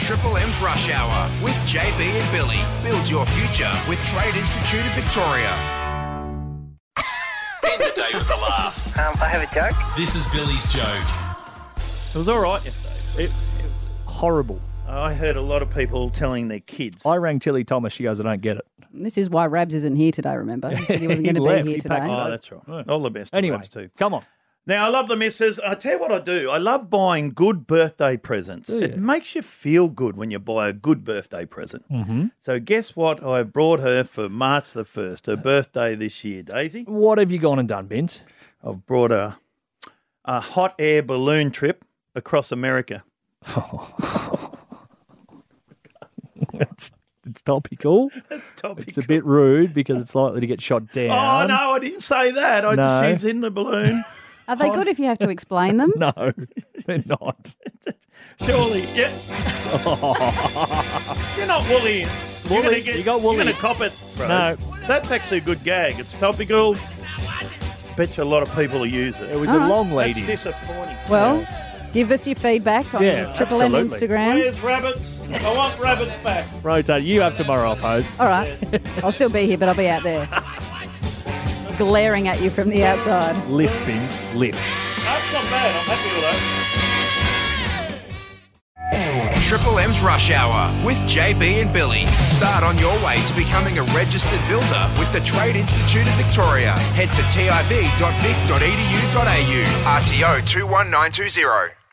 Triple M's Rush Hour with JB and Billy. Build your future with Trade Institute of Victoria. End the day with a laugh. Um, I have a joke. This is Billy's joke. It was all right yesterday. It, horrible. I heard a lot of people telling their kids. I rang Tilly Thomas. She goes, I don't get it. This is why Rabs isn't here today, remember? He said he wasn't He going to left. be here He packed today. up. Oh, that's right. All the best. to Anyway, Rabs too. come on. Now, I love the missus. I tell you what I do. I love buying good birthday presents. It makes you feel good when you buy a good birthday present. Mm-hmm. So, guess what? I brought her for March the 1st, her birthday this year, Daisy. What have you gone and done, Bint? I've brought her a hot air balloon trip across America. It's, it's topical. That's topic. It's a bit rude because it's likely to get shot Oh, down. no, I didn't say that. I No. just, she's in the balloon. Are they good if you have to explain them? no. No, they're not. Surely, yeah. you're not woolly. You're Woolly, gonna get, you got woolly. You're gonna cop it, bro. No. That's actually a good gag. It's topical. Bet you a lot of people will use It it. was a Alright. long Uh-huh. That's lady. disappointing. Well, give us your feedback on Yeah, Triple M absolutely. Instagram. Where's rabbits? I want rabbits back. Rotate, you have tomorrow off, hose. All right. I'll still be here, but I'll be out there glaring at you from the outside. Lift, Bint, lift. That's not bad. I'm happy with that. Triple M's Rush Hour with JB and Billy. Start on your way to becoming a registered builder with the Trade Institute of Victoria. E Head to tiv.vic.edu.au. RTO 21920.